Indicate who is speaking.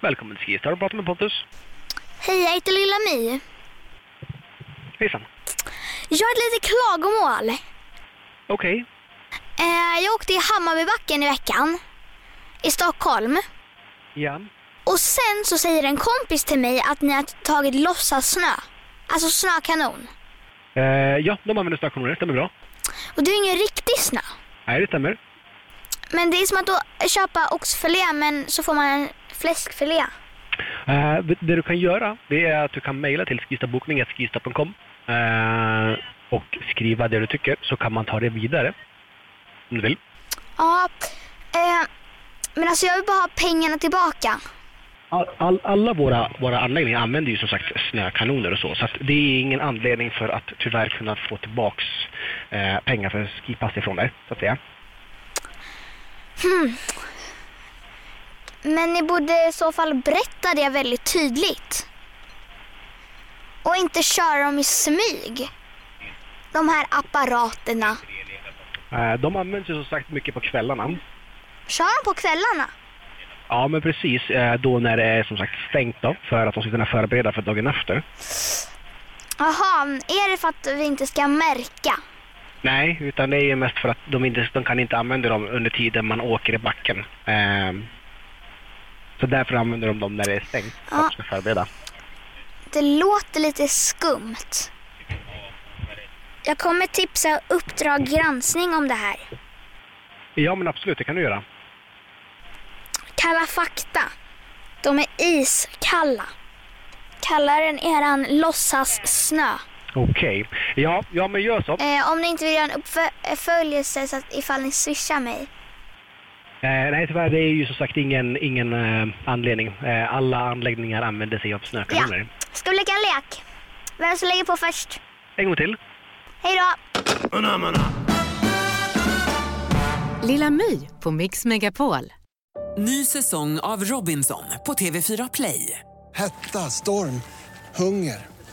Speaker 1: Välkommen till Skistar och prata med Pontus.
Speaker 2: Hej, jag heter Lilla My.
Speaker 1: Hejsan.
Speaker 2: Jag har ett litet klagomål.
Speaker 1: Okej.
Speaker 2: Eh, jag åkte i Hammarbybacken i veckan i Stockholm.
Speaker 1: Ja.
Speaker 2: Och sen så säger en kompis till mig att ni har tagit låtsas snö. Alltså snökanon.
Speaker 1: Eh, ja, de använder snökanoner. Stämmer bra.
Speaker 2: Och det är ju ingen riktig snö.
Speaker 1: Nej, det stämmer.
Speaker 2: Men det är som att då köpa oxfilé men så får man en fläskfilé.
Speaker 1: Eh, det det du kan göra det är att du kan mejla till skistabokning.skista.com eh, och skriva det du tycker så kan man ta det vidare. Om du vill.
Speaker 2: Ja, eh, men alltså jag vill bara ha pengarna tillbaka.
Speaker 1: All, all, alla våra, våra anläggningar använder ju som sagt snökanoner och så. Så att det är ingen anledning för att tyvärr kunna få tillbaks eh, pengar för skipass ifrån dig, så att säga.
Speaker 2: Men ni borde i så fall berätta det väldigt tydligt. Och inte köra dem i smyg. De här apparaterna.
Speaker 1: Eh, de används ju som sagt mycket på kvällarna.
Speaker 2: Kör dem på kvällarna.
Speaker 1: Ja, men precis. Eh, Då när det är som sagt stängt då, för att de ska kunna förbereda för dagen efter.
Speaker 2: Jaha, är det för att vi inte ska märka?
Speaker 1: Nej, utan det är ju mest för att de, inte, de kan inte använda dem under tiden man åker i backen. Ehm, Så därför använder de dem när det är stängt, för att de ska förbereda.
Speaker 2: Det låter lite skumt. Jag kommer tipsa Uppdrag granskning om det här.
Speaker 1: Ja, men absolut, det kan du göra.
Speaker 2: Kalla fakta. De är iskalla. Kallar den eran låtsas snö.
Speaker 1: Okej. Ja, ja, men gör så.
Speaker 2: Eh, om ni inte vill göra en uppföljelse så att ifall ni swishar mig.
Speaker 1: Eh, nej, tyvärr, det är ju som sagt ingen, ingen eh, anledning. Eh, alla anläggningar använder sig av snökanoner.
Speaker 2: Ska vi leka en lek? Vem som lägger på först?
Speaker 1: En gång till.
Speaker 2: Hej då!
Speaker 3: Lilla My på Mix Megapol.
Speaker 4: Ny säsong av Robinson på TV4 Play.
Speaker 5: Hetta, storm, hunger.